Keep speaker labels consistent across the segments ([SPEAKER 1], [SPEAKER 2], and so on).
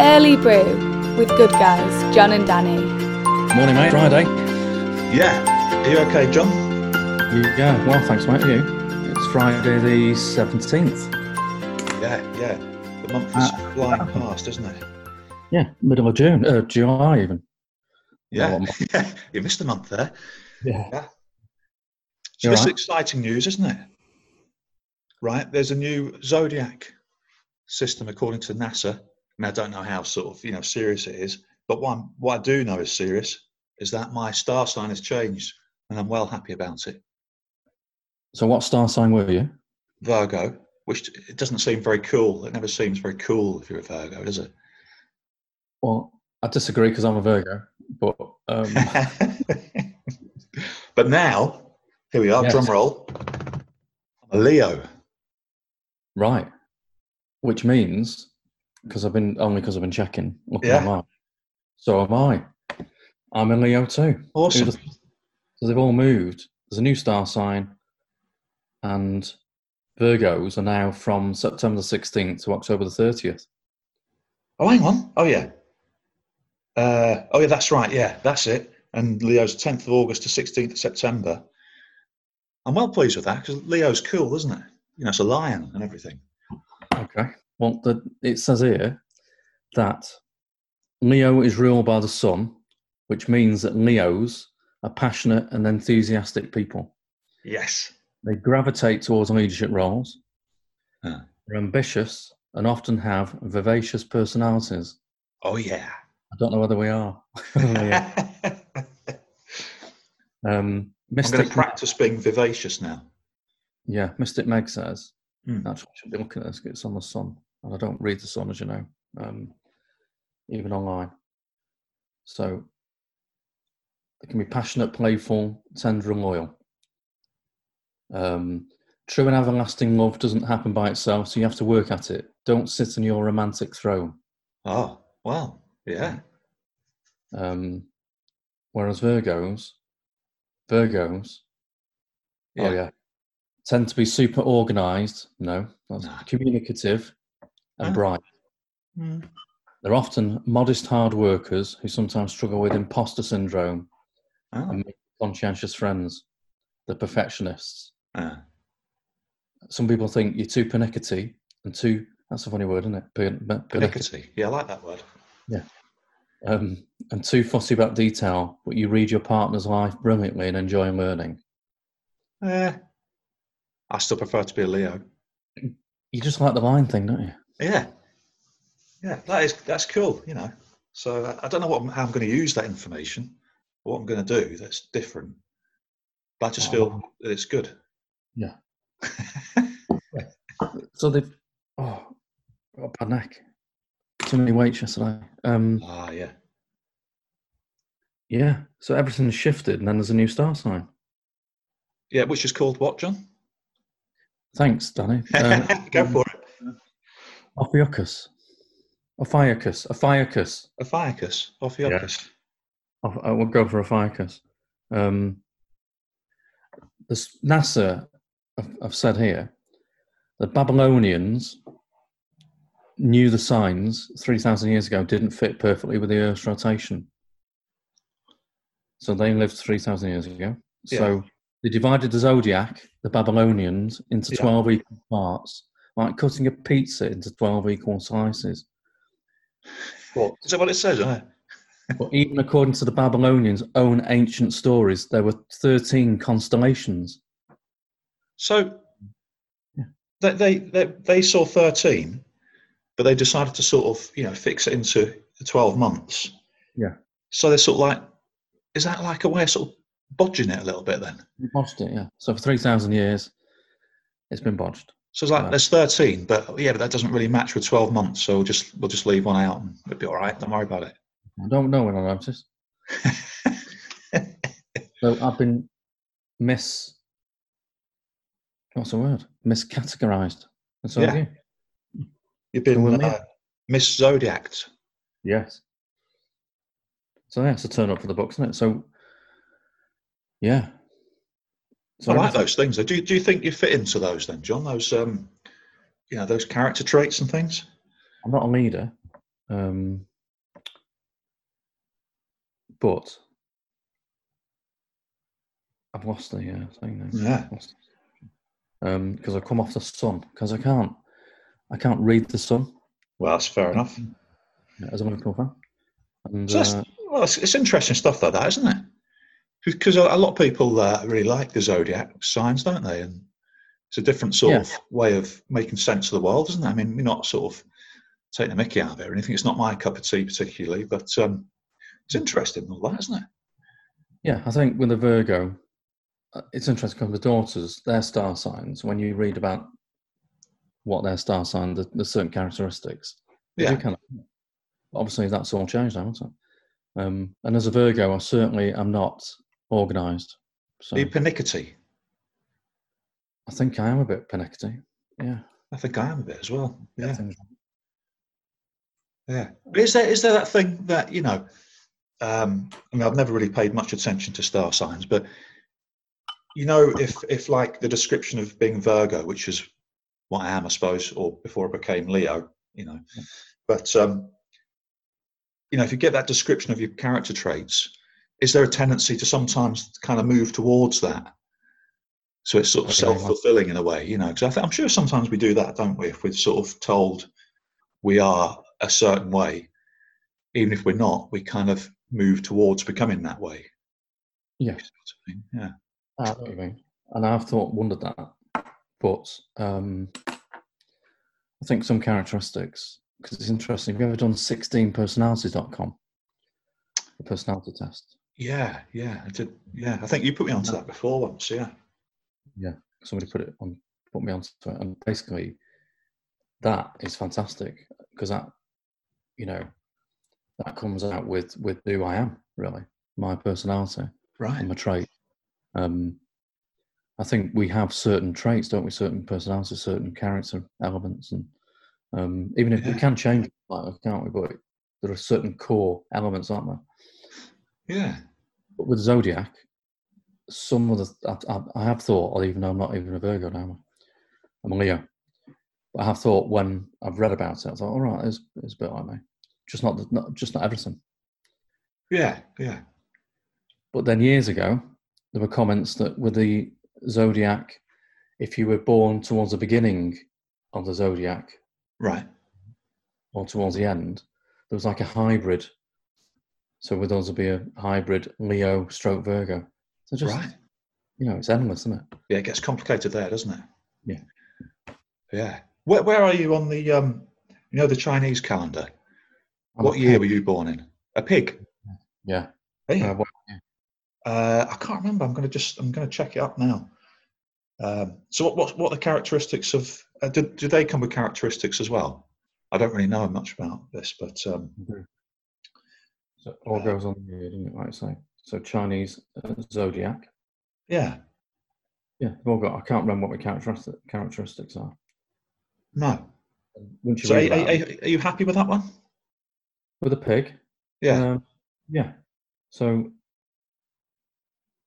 [SPEAKER 1] Early Brew with good guys, John and Danny.
[SPEAKER 2] Morning, mate. Friday.
[SPEAKER 3] Yeah. Are you okay, John?
[SPEAKER 2] Yeah. Well, thanks, mate. You? It's Friday the seventeenth.
[SPEAKER 3] Yeah, yeah. The month is
[SPEAKER 2] Uh,
[SPEAKER 3] flying past, isn't it?
[SPEAKER 2] Yeah, middle of June, uh, July even.
[SPEAKER 3] Yeah.
[SPEAKER 2] Well,
[SPEAKER 3] you missed a month there.
[SPEAKER 2] Yeah.
[SPEAKER 3] So
[SPEAKER 2] You're
[SPEAKER 3] this
[SPEAKER 2] right.
[SPEAKER 3] is exciting news, isn't it? Right. There's a new zodiac system according to NASA. And I don't know how sort of you know serious it is, but what, I'm, what I do know is serious is that my star sign has changed, and I'm well happy about it.
[SPEAKER 2] So, what star sign were you?
[SPEAKER 3] Virgo, which it doesn't seem very cool. It never seems very cool if you're a Virgo, does it?
[SPEAKER 2] Well, I disagree because I'm a Virgo, but um,
[SPEAKER 3] but now, here we are,
[SPEAKER 2] Yes.
[SPEAKER 3] drum roll. I'm a Leo.
[SPEAKER 2] right, which means because I've been only because I've been checking. Look
[SPEAKER 3] Yeah.
[SPEAKER 2] at mine. So am I. I'm a Leo too.
[SPEAKER 3] Awesome.
[SPEAKER 2] Who'd have- So they've all moved. There's a new star sign, and Virgos are now from September the 16th to October the 30th.
[SPEAKER 3] Oh, hang on. Oh, yeah. Uh, oh, yeah, that's right. Yeah, that's it. And Leo's 10th of August to 16th of September. I'm well pleased with that because Leo's cool, isn't it? You know, it's a lion and everything.
[SPEAKER 2] Okay. Well, the, it says here that Leo is ruled by the sun, which means that Leos are passionate and enthusiastic people.
[SPEAKER 3] Yes.
[SPEAKER 2] They gravitate towards leadership roles,
[SPEAKER 3] Ah.
[SPEAKER 2] are ambitious, and often have vivacious personalities.
[SPEAKER 3] Oh, yeah.
[SPEAKER 2] I don't know whether we are. um,
[SPEAKER 3] I'm going
[SPEAKER 2] Mystic,
[SPEAKER 3] to practice being vivacious now.
[SPEAKER 2] yeah, Mystic Meg says.
[SPEAKER 3] Hmm.
[SPEAKER 2] Actually, I should be looking at this. 'cause It's on the sun, and I don't read the sun, as you know, um, even online. So they can be passionate, playful, tender, and loyal. Um, true and everlasting love doesn't happen by itself, so you have to work at it. Don't sit on your romantic throne.
[SPEAKER 3] Oh, well, yeah.
[SPEAKER 2] Um, whereas Virgos, Virgos, oh yeah, tend to be super organised. No, that's
[SPEAKER 3] No.
[SPEAKER 2] communicative and
[SPEAKER 3] Ah.
[SPEAKER 2] bright.
[SPEAKER 3] Mm.
[SPEAKER 2] They're often modest hard workers who sometimes struggle with imposter syndrome
[SPEAKER 3] Oh,
[SPEAKER 2] and make conscientious friends. They're perfectionists.
[SPEAKER 3] ah.
[SPEAKER 2] Some people think you're too pernickety and too, that's a funny word, isn't it? Pernic- pernic-
[SPEAKER 3] Pernickety. Yeah, I like that word.
[SPEAKER 2] Um, and too fussy about detail, but you read your partner's life brilliantly and enjoy learning.
[SPEAKER 3] Eh, I still prefer to be a Leo.
[SPEAKER 2] You just like the line thing, don't you?
[SPEAKER 3] Yeah, yeah, that is that's cool. You know, so I, I don't know what I'm, how I'm going to use that information, what I'm going to do that's different. But I just feel that it's good.
[SPEAKER 2] Yeah. So they've, oh, I've got a bad neck. Too many weights yesterday. Um,
[SPEAKER 3] ah, yeah.
[SPEAKER 2] yeah, so everything's shifted and then there's a new star sign.
[SPEAKER 3] Yeah, which is called what, John?
[SPEAKER 2] Thanks, Danny. Um,
[SPEAKER 3] Go for it.
[SPEAKER 2] Ophiuchus. Ophiuchus. Ophiuchus.
[SPEAKER 3] Ophiuchus. Ophiuchus.
[SPEAKER 2] Oph- I will go for Ophiuchus. Um, this NASA, I've, I've said here, the Babylonians knew the signs 3,000 years ago didn't fit perfectly with the Earth's rotation. So they lived 3,000 years ago. So they divided the zodiac, the Babylonians, into
[SPEAKER 3] Yeah.
[SPEAKER 2] 12 equal parts, like cutting a pizza into 12 equal slices.
[SPEAKER 3] Is that what it says? Uh,
[SPEAKER 2] But even according to the Babylonians' own ancient stories, there were 13 constellations.
[SPEAKER 3] So
[SPEAKER 2] Yeah.
[SPEAKER 3] they, they they they saw thirteen, but they decided to sort of you know fix it into the twelve months.
[SPEAKER 2] Yeah.
[SPEAKER 3] So they're sort of like, is that like a way of sort of bodging it a little bit then?
[SPEAKER 2] We botched it, yeah. So for 3,000 years, it's been botched.
[SPEAKER 3] So it's like
[SPEAKER 2] Right.
[SPEAKER 3] there's thirteen, but yeah, but that doesn't really match with twelve months. So we'll just we'll just leave one out and it'll be all right. Don't worry about it.
[SPEAKER 2] I don't know when I noticed. so I've been mis. What's the word? Miscategorized. And so
[SPEAKER 3] Yeah.
[SPEAKER 2] have you.
[SPEAKER 3] You've
[SPEAKER 2] So we'll
[SPEAKER 3] been
[SPEAKER 2] leave-
[SPEAKER 3] uh, Miss Zodiac.
[SPEAKER 2] Yes. So that's a turn up for the books, isn't it? So, yeah. So
[SPEAKER 3] I like
[SPEAKER 2] everything-
[SPEAKER 3] those things. though. Do you, do you think you fit into those then, John? Those um, you know, those character traits and things.
[SPEAKER 2] I'm not a leader. Um, but I've lost the uh, thing now.
[SPEAKER 3] Yeah.
[SPEAKER 2] Because Um, I've come off the sun because I can't, I can't read the sun uh,
[SPEAKER 3] Well, that's fair enough.
[SPEAKER 2] as a Liverpool fan. And,
[SPEAKER 3] So that's,
[SPEAKER 2] uh,
[SPEAKER 3] well, it's, it's interesting stuff like that, isn't it? Because a, a lot of people uh, really like the zodiac signs, don't they? And it's a different sort
[SPEAKER 2] Yeah.
[SPEAKER 3] of way of making sense of the world, isn't it? I mean, you're not sort of taking a mickey out of it or anything. It's not my cup of tea particularly, but um, it's interesting and all that, isn't it?
[SPEAKER 2] yeah, I think with a Virgo, uh, it's interesting because the daughters, their star signs, when you read about what their star sign, the, the certain characteristics, They do
[SPEAKER 3] Yeah,
[SPEAKER 2] kind of- obviously, that's all changed now, hasn't it? Um, and as a Virgo, I certainly am not organised. So
[SPEAKER 3] the pernickety.
[SPEAKER 2] I think I am a bit panicky. Yeah.
[SPEAKER 3] I think I am a bit as well. Yeah,
[SPEAKER 2] Things-
[SPEAKER 3] yeah. But is there is there that thing that you know? Um, I mean, I've never really paid much attention to star signs, but you know, if if like the description of being Virgo, which is what I am, I suppose, or before I became Leo, you know, but um, you know, if you get that description of your character traits, is there a tendency to sometimes kind of move towards that? So it's sort of
[SPEAKER 2] Okay, well-
[SPEAKER 3] self fulfilling in a way, you know, because I think I'm sure sometimes we do that, don't we? If we're sort of told we are a certain way, even if we're not, we kind of move towards becoming that way.
[SPEAKER 2] Yeah.
[SPEAKER 3] Yeah.
[SPEAKER 2] I know what you mean. And I've thought, wondered that. But um, I think some characteristics, because it's interesting. Have you ever done 16personality.com? The personality test.
[SPEAKER 3] Yeah, yeah, I did. Yeah, I think you put me onto that before once. Yeah,
[SPEAKER 2] Somebody put it on, put me onto it. And basically, that is fantastic because that, you know, that comes out with with who I am, really, my personality.
[SPEAKER 3] right.
[SPEAKER 2] I'm a trait. Um, I think we have certain traits, don't we? Certain personalities, certain character elements, and um, even if we
[SPEAKER 3] Yeah.
[SPEAKER 2] can change, it, like, can't we? But there are certain core elements, aren't there?
[SPEAKER 3] Yeah,
[SPEAKER 2] But with zodiac, some of the I, I, I have thought, or even though I'm not even a Virgo now, I'm a Leo. But I have thought when I've read about it, I thought, all right, it's, it's a bit like me, just not, the- not just not everything.
[SPEAKER 3] yeah, yeah.
[SPEAKER 2] But then years ago, there were comments that with the zodiac, if you were born towards the beginning of the zodiac
[SPEAKER 3] Right.
[SPEAKER 2] or towards the end, there was like a hybrid. So with us, would be a hybrid Leo stroke Virgo. So just
[SPEAKER 3] right.
[SPEAKER 2] you know, it's endless, isn't it?
[SPEAKER 3] Yeah, it gets complicated there, doesn't it?
[SPEAKER 2] Yeah.
[SPEAKER 3] Yeah. Where Where are you on the um? You know the Chinese calendar.
[SPEAKER 2] I'm
[SPEAKER 3] what
[SPEAKER 2] a
[SPEAKER 3] year
[SPEAKER 2] pig.
[SPEAKER 3] were you born in? A pig.
[SPEAKER 2] Yeah.
[SPEAKER 3] Hey.
[SPEAKER 2] Uh, what-
[SPEAKER 3] Uh, I can't remember. I'm gonna just. I'm gonna check it up now. Um, so what, what? What are the characteristics of? Uh, do, do they come with characteristics as well? I don't really know much about this, but um,
[SPEAKER 2] so it all goes on the year, doesn't it? Like I say. So Chinese uh, zodiac.
[SPEAKER 3] yeah.
[SPEAKER 2] Yeah, we've all got. I can't remember what the characteristic, characteristics are.
[SPEAKER 3] No.
[SPEAKER 2] Once you
[SPEAKER 3] So are,
[SPEAKER 2] read
[SPEAKER 3] are,
[SPEAKER 2] about them-
[SPEAKER 3] are- are you happy with that one? Uh,
[SPEAKER 2] with a pig,
[SPEAKER 3] Yeah.
[SPEAKER 2] Um, yeah. So,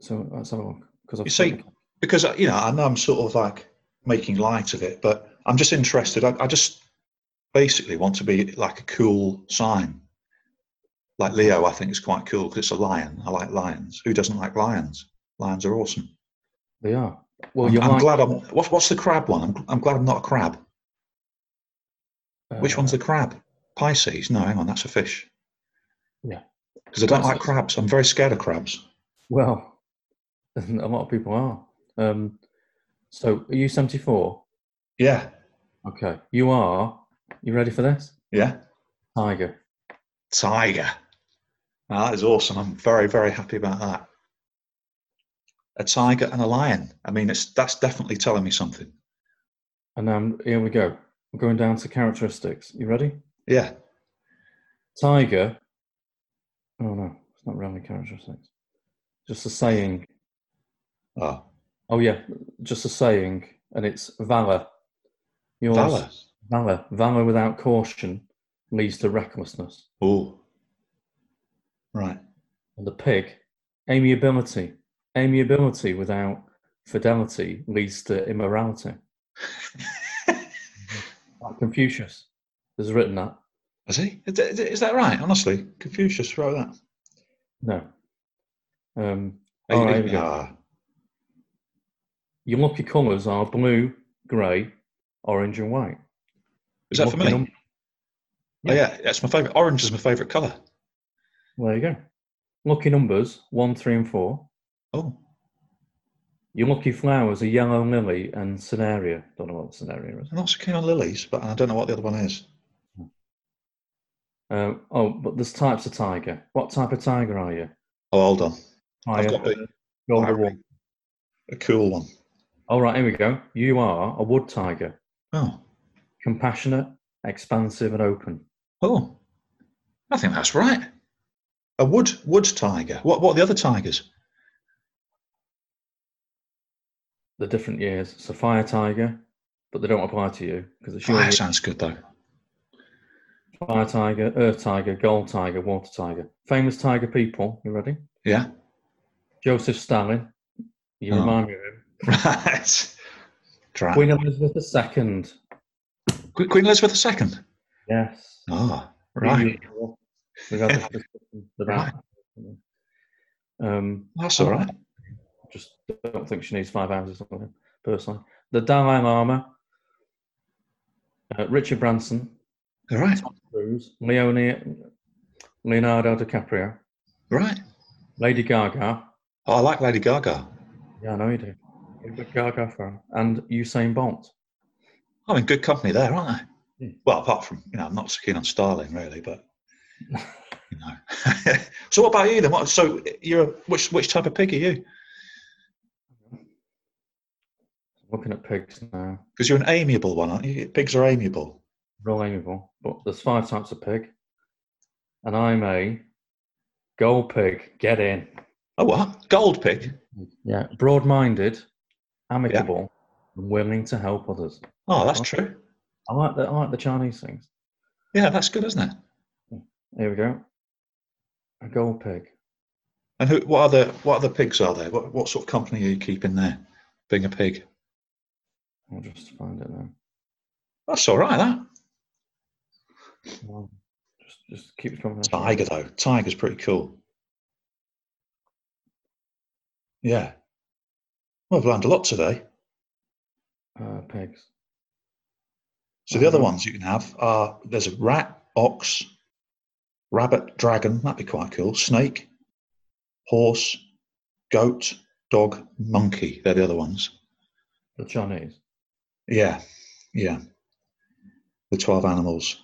[SPEAKER 2] so uh, let's have a look. Because
[SPEAKER 3] You see- because uh, you know I know I'm sort of like making light of it, but I'm just interested. I, I just basically want to be like a cool sign, like Leo. I think is quite cool because it's a lion. I like lions. Who doesn't like lions? Lions are awesome.
[SPEAKER 2] they are. Well,
[SPEAKER 3] I'm,
[SPEAKER 2] you're
[SPEAKER 3] I'm
[SPEAKER 2] like,
[SPEAKER 3] glad I'm. What, what's the crab one? I'm, I'm glad I'm not a crab. Which
[SPEAKER 2] uh,
[SPEAKER 3] one's the crab? Pisces. No, hang on, that's a fish.
[SPEAKER 2] Yeah.
[SPEAKER 3] Because I don't
[SPEAKER 2] That's
[SPEAKER 3] like
[SPEAKER 2] it.
[SPEAKER 3] crabs. I'm very scared of crabs.
[SPEAKER 2] Well, a lot of people are. Um, so, are you 74?
[SPEAKER 3] Yeah.
[SPEAKER 2] Okay. You are. You ready for this?
[SPEAKER 3] Yeah.
[SPEAKER 2] Tiger.
[SPEAKER 3] Tiger. Now that is awesome. I'm very, very happy about that. A tiger and a lion. I mean, it's that's definitely telling me something.
[SPEAKER 2] And um, here we go. We're going down to characteristics. You ready?
[SPEAKER 3] Yeah.
[SPEAKER 2] Tiger. Oh, no. It's not really characteristics. Just a saying.
[SPEAKER 3] Oh,
[SPEAKER 2] Oh, yeah. Just a saying. And it's valor. Yours.
[SPEAKER 3] valor.
[SPEAKER 2] Valor. Valor without caution leads to recklessness.
[SPEAKER 3] Oh, right.
[SPEAKER 2] And the pig, amiability. Amiability without fidelity leads to immorality. Like Confucius has written that.
[SPEAKER 3] Is he? Is that- is that right? Honestly, Confucius wrote that.
[SPEAKER 2] No. Um,
[SPEAKER 3] Are you
[SPEAKER 2] all right, here
[SPEAKER 3] looking-
[SPEAKER 2] we go.
[SPEAKER 3] Ah,
[SPEAKER 2] Your lucky colours are blue, grey, orange, and white.
[SPEAKER 3] is
[SPEAKER 2] Your
[SPEAKER 3] that for me?
[SPEAKER 2] lucky num-
[SPEAKER 3] Oh, yeah, that's my favourite. Orange is my favourite colour.
[SPEAKER 2] there you go. Lucky numbers one, three, and four.
[SPEAKER 3] Oh,
[SPEAKER 2] Your lucky flowers are yellow lily and scenario. Don't know what the scenario is.
[SPEAKER 3] I'm not so keen on lilies, but I don't know what the other one is.
[SPEAKER 2] Uh, oh, but there's types of tiger. What type of tiger are you?
[SPEAKER 3] Oh, hold on. I've
[SPEAKER 2] Tiger,
[SPEAKER 3] got the-
[SPEAKER 2] golden
[SPEAKER 3] Alright.
[SPEAKER 2] wolf.
[SPEAKER 3] A cool one.
[SPEAKER 2] All right, here we go. You are a wood tiger,
[SPEAKER 3] Oh,
[SPEAKER 2] compassionate, expansive, and open.
[SPEAKER 3] oh, I think that's right. A wood wood tiger. What what are the other tigers?
[SPEAKER 2] The different years. So fire tiger, but they don't apply to you because it's your
[SPEAKER 3] Fire
[SPEAKER 2] year.
[SPEAKER 3] sounds good though.
[SPEAKER 2] Fire tiger, earth tiger, gold tiger, water tiger. Famous tiger people. You ready?
[SPEAKER 3] Yeah.
[SPEAKER 2] Joseph Stalin. You
[SPEAKER 3] Oh.
[SPEAKER 2] remind me of him.
[SPEAKER 3] Right. Crap.
[SPEAKER 2] Queen Elizabeth II.
[SPEAKER 3] Qu- Queen Elizabeth II.
[SPEAKER 2] Yes.
[SPEAKER 3] Oh, right.
[SPEAKER 2] We've had this discussion about. Um,
[SPEAKER 3] That's all right.
[SPEAKER 2] just don't think she needs five houses on him personally. The Dalai Lama, uh, Richard Branson,
[SPEAKER 3] All right.
[SPEAKER 2] Cruz, Leone, Leonardo DiCaprio,
[SPEAKER 3] Right.
[SPEAKER 2] Lady Gaga.
[SPEAKER 3] Oh, I like Lady Gaga.
[SPEAKER 2] Yeah, I know you do. You're a big Gaga fan. And Usain Bolt.
[SPEAKER 3] I'm in good company there, aren't I?
[SPEAKER 2] Hmm.
[SPEAKER 3] Well, apart from you know, I'm not so keen on Starling really, but you know. so what about you then? What, so you're a, which which type of pig are you?
[SPEAKER 2] Looking at pigs now.
[SPEAKER 3] Because you're an amiable one, aren't you? Pigs are amiable.
[SPEAKER 2] Real amiable. But there's five types of pig. And I'm a gold pig. Get in.
[SPEAKER 3] Oh what? Gold pig.
[SPEAKER 2] Yeah. Broad minded, amicable, and willing to help others.
[SPEAKER 3] Oh, that's
[SPEAKER 2] Oh.
[SPEAKER 3] true.
[SPEAKER 2] I like the I like the Chinese things.
[SPEAKER 3] Yeah, that's good, isn't it?
[SPEAKER 2] Here we go. A gold pig.
[SPEAKER 3] And who, what other what other pigs are there? What what sort of company are you keeping there? Being a pig.
[SPEAKER 2] I'll just find it now.
[SPEAKER 3] That's all right. That
[SPEAKER 2] Come on. Just just keep coming. at me.
[SPEAKER 3] tiger though. Tiger's pretty cool. Yeah. Well, I've learned a lot today.
[SPEAKER 2] Uh, pigs.
[SPEAKER 3] So the other
[SPEAKER 2] Mhm.
[SPEAKER 3] ones you can have are there's a rat, ox, rabbit, dragon. That'd be quite cool. Snake, horse, goat, dog, monkey. They're the other ones.
[SPEAKER 2] The Chinese.
[SPEAKER 3] Yeah, yeah. The twelve animals.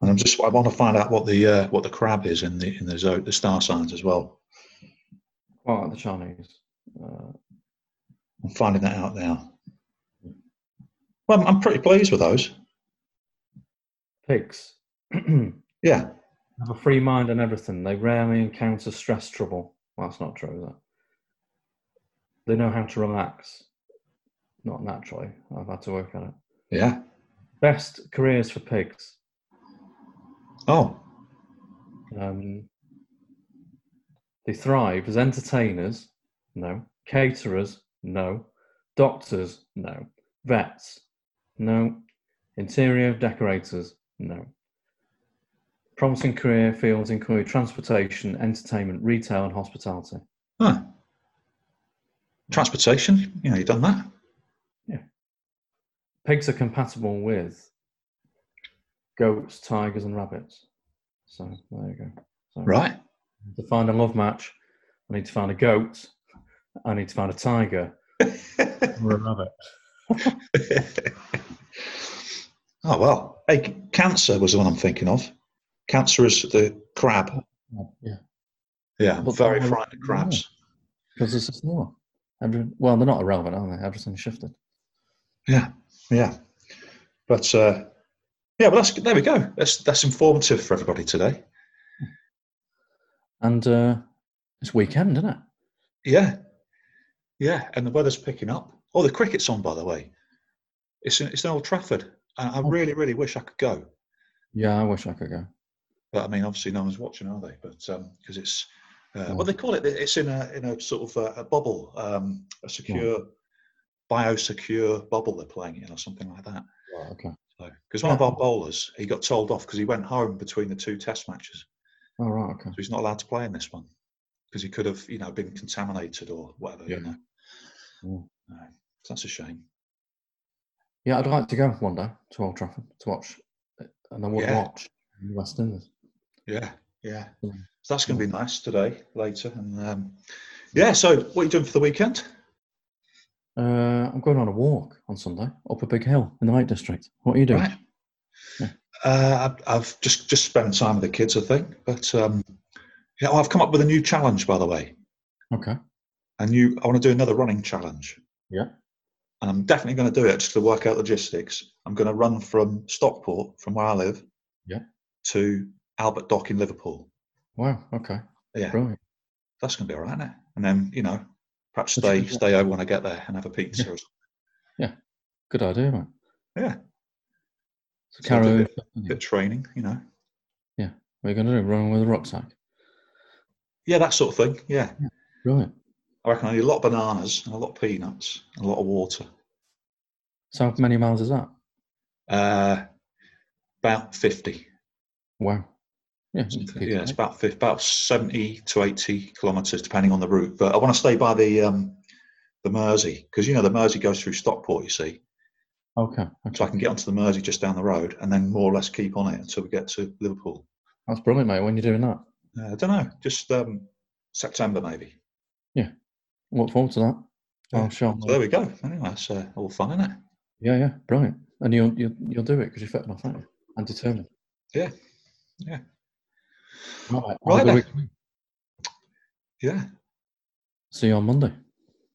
[SPEAKER 3] And I'm just I want to find out what the uh, what the crab is in the in the zo- the star signs as well.
[SPEAKER 2] Quite like the Chinese. Uh,
[SPEAKER 3] I'm finding that out now. Well, I'm, I'm pretty pleased with those.
[SPEAKER 2] pigs. have
[SPEAKER 3] Yeah.
[SPEAKER 2] a free mind and everything. They rarely encounter stress, trouble. Well, that's not true. is it? They know how to relax. Not naturally. I've had to work on it.
[SPEAKER 3] Yeah.
[SPEAKER 2] Best careers for pigs.
[SPEAKER 3] Oh,
[SPEAKER 2] Um, they thrive as entertainers, no. Caterers, no. Doctors, no. Vets, no. Interior decorators, no. Promising career fields include transportation, entertainment, retail, and hospitality.
[SPEAKER 3] huh. Transportation. You know, you've done that.
[SPEAKER 2] Pigs are compatible with goats, tigers, and rabbits. So there you go. So
[SPEAKER 3] Right.
[SPEAKER 2] To find a love match, I need to find a goat. I need to find a tiger. or a rabbit.
[SPEAKER 3] oh well. Hey, c- cancer was the one I'm thinking of. Cancer is the crab.
[SPEAKER 2] Yeah,
[SPEAKER 3] Yeah, I'm
[SPEAKER 2] But
[SPEAKER 3] very
[SPEAKER 2] why would
[SPEAKER 3] frightened of
[SPEAKER 2] you
[SPEAKER 3] crabs.
[SPEAKER 2] because this is new. Every, well, they're not irrelevant, are they? Everything's shifted.
[SPEAKER 3] Yeah, but uh, yeah, well, that's there we go. That's that's informative for everybody today.
[SPEAKER 2] And uh, it's weekend, isn't it?
[SPEAKER 3] Yeah, yeah, and the weather's picking up. Oh, the cricket's on, by the way. It's in, it's in Old Trafford. I, I
[SPEAKER 2] Oh.
[SPEAKER 3] really, really wish I could go,
[SPEAKER 2] Yeah, I wish I could go.
[SPEAKER 3] but I mean, obviously, no one's watching, are they? But because it's uh,
[SPEAKER 2] No.
[SPEAKER 3] what they call it, it's in a in a sort of a, a bubble, um, a secure, biosecure bubble they're playing it in, or something like that.
[SPEAKER 2] Right, okay.
[SPEAKER 3] Because one of our bowlers, he got told off because he went home between the two test matches.
[SPEAKER 2] All Oh, right, okay.
[SPEAKER 3] So he's not allowed to play in this one because he could have, you know, been contaminated or whatever,
[SPEAKER 2] Yeah.
[SPEAKER 3] you know.
[SPEAKER 2] Yeah.
[SPEAKER 3] No, so that's a shame.
[SPEAKER 2] Yeah, I'd like to go one day to Old Trafford to watch, it, and I would
[SPEAKER 3] Yeah.
[SPEAKER 2] watch the West Indies.
[SPEAKER 3] Yeah, yeah.
[SPEAKER 2] Yeah.
[SPEAKER 3] So that's going to be nice today, later. And um, yeah, so what are you doing for the weekend?
[SPEAKER 2] Uh, I'm going on a walk on Sunday up a big hill in the Lake District. What are you doing?
[SPEAKER 3] Right. Uh, I've- I've just just spent time with the kids, I think. But um, yeah, oh, I've come up with a new challenge, by the way.
[SPEAKER 2] Okay.
[SPEAKER 3] And you, I want to do another running challenge.
[SPEAKER 2] Yeah.
[SPEAKER 3] And I'm definitely going to do it just to work out logistics. I'm going to run from Stockport, from where I live,
[SPEAKER 2] Yeah.
[SPEAKER 3] to Albert Dock in Liverpool.
[SPEAKER 2] Wow. Okay.
[SPEAKER 3] Yeah,
[SPEAKER 2] Brilliant.
[SPEAKER 3] that's going to be all right, isn't it? And then you know, perhaps
[SPEAKER 2] That's
[SPEAKER 3] stay
[SPEAKER 2] good, yeah.
[SPEAKER 3] stay over when I get there and have a pizza. Or something.
[SPEAKER 2] Good idea, mate.
[SPEAKER 3] Yeah,
[SPEAKER 2] So
[SPEAKER 3] So I
[SPEAKER 2] Caro,
[SPEAKER 3] did
[SPEAKER 2] what
[SPEAKER 3] it. bit of training, you know.
[SPEAKER 2] are you going to do? Run with a rucksack?
[SPEAKER 3] Yeah, that sort of thing. Yeah,
[SPEAKER 2] Brilliant.
[SPEAKER 3] I reckon I need a lot of bananas and a lot of peanuts and a lot of water.
[SPEAKER 2] So how many miles is that?
[SPEAKER 3] Uh, about fifty.
[SPEAKER 2] Wow. Yeah. you
[SPEAKER 3] something.
[SPEAKER 2] could do
[SPEAKER 3] Yeah, it's
[SPEAKER 2] that.
[SPEAKER 3] about fif- about seventy to eighty kilometres, depending on the route. But I want to stay by the um, the Mersey because you know the Mersey goes through Stockport, you see,
[SPEAKER 2] Okay.
[SPEAKER 3] so
[SPEAKER 2] Okay.
[SPEAKER 3] I can get onto the Mersey just down the road and then more or less keep on it until we get to Liverpool.
[SPEAKER 2] That's brilliant, mate. When you're doing that,
[SPEAKER 3] Uh, I don't know, just um, September maybe.
[SPEAKER 2] look forward to that.
[SPEAKER 3] Yeah.
[SPEAKER 2] Oh, sure.
[SPEAKER 3] So there we go. Anyway, that's uh, all fun, isn't it?
[SPEAKER 2] Yeah, yeah, brilliant. And you'll you'll, you'll do it because you're fit enough, aren't you? And determined.
[SPEAKER 3] Yeah. Yeah.
[SPEAKER 2] All right.
[SPEAKER 3] Right
[SPEAKER 2] Right
[SPEAKER 3] then. Yeah,
[SPEAKER 2] See you on Monday.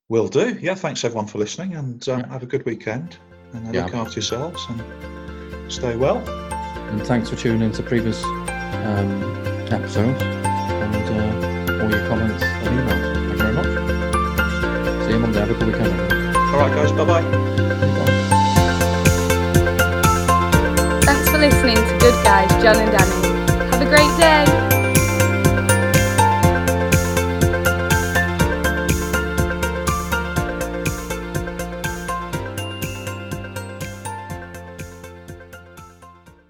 [SPEAKER 3] will do. Yeah, thanks everyone for listening, and um,
[SPEAKER 2] Yeah.
[SPEAKER 3] have a good weekend, and uh,
[SPEAKER 2] Yeah.
[SPEAKER 3] look after yourselves, and stay well.
[SPEAKER 2] And thanks for tuning into previous um, episodes and uh, all your comments and emails. Thank you very much. See you Monday. Have a good weekend. everyone.
[SPEAKER 3] All right, guys. Bye bye.
[SPEAKER 2] Bye.
[SPEAKER 1] Thanks for listening to Good Guys, John and Danny.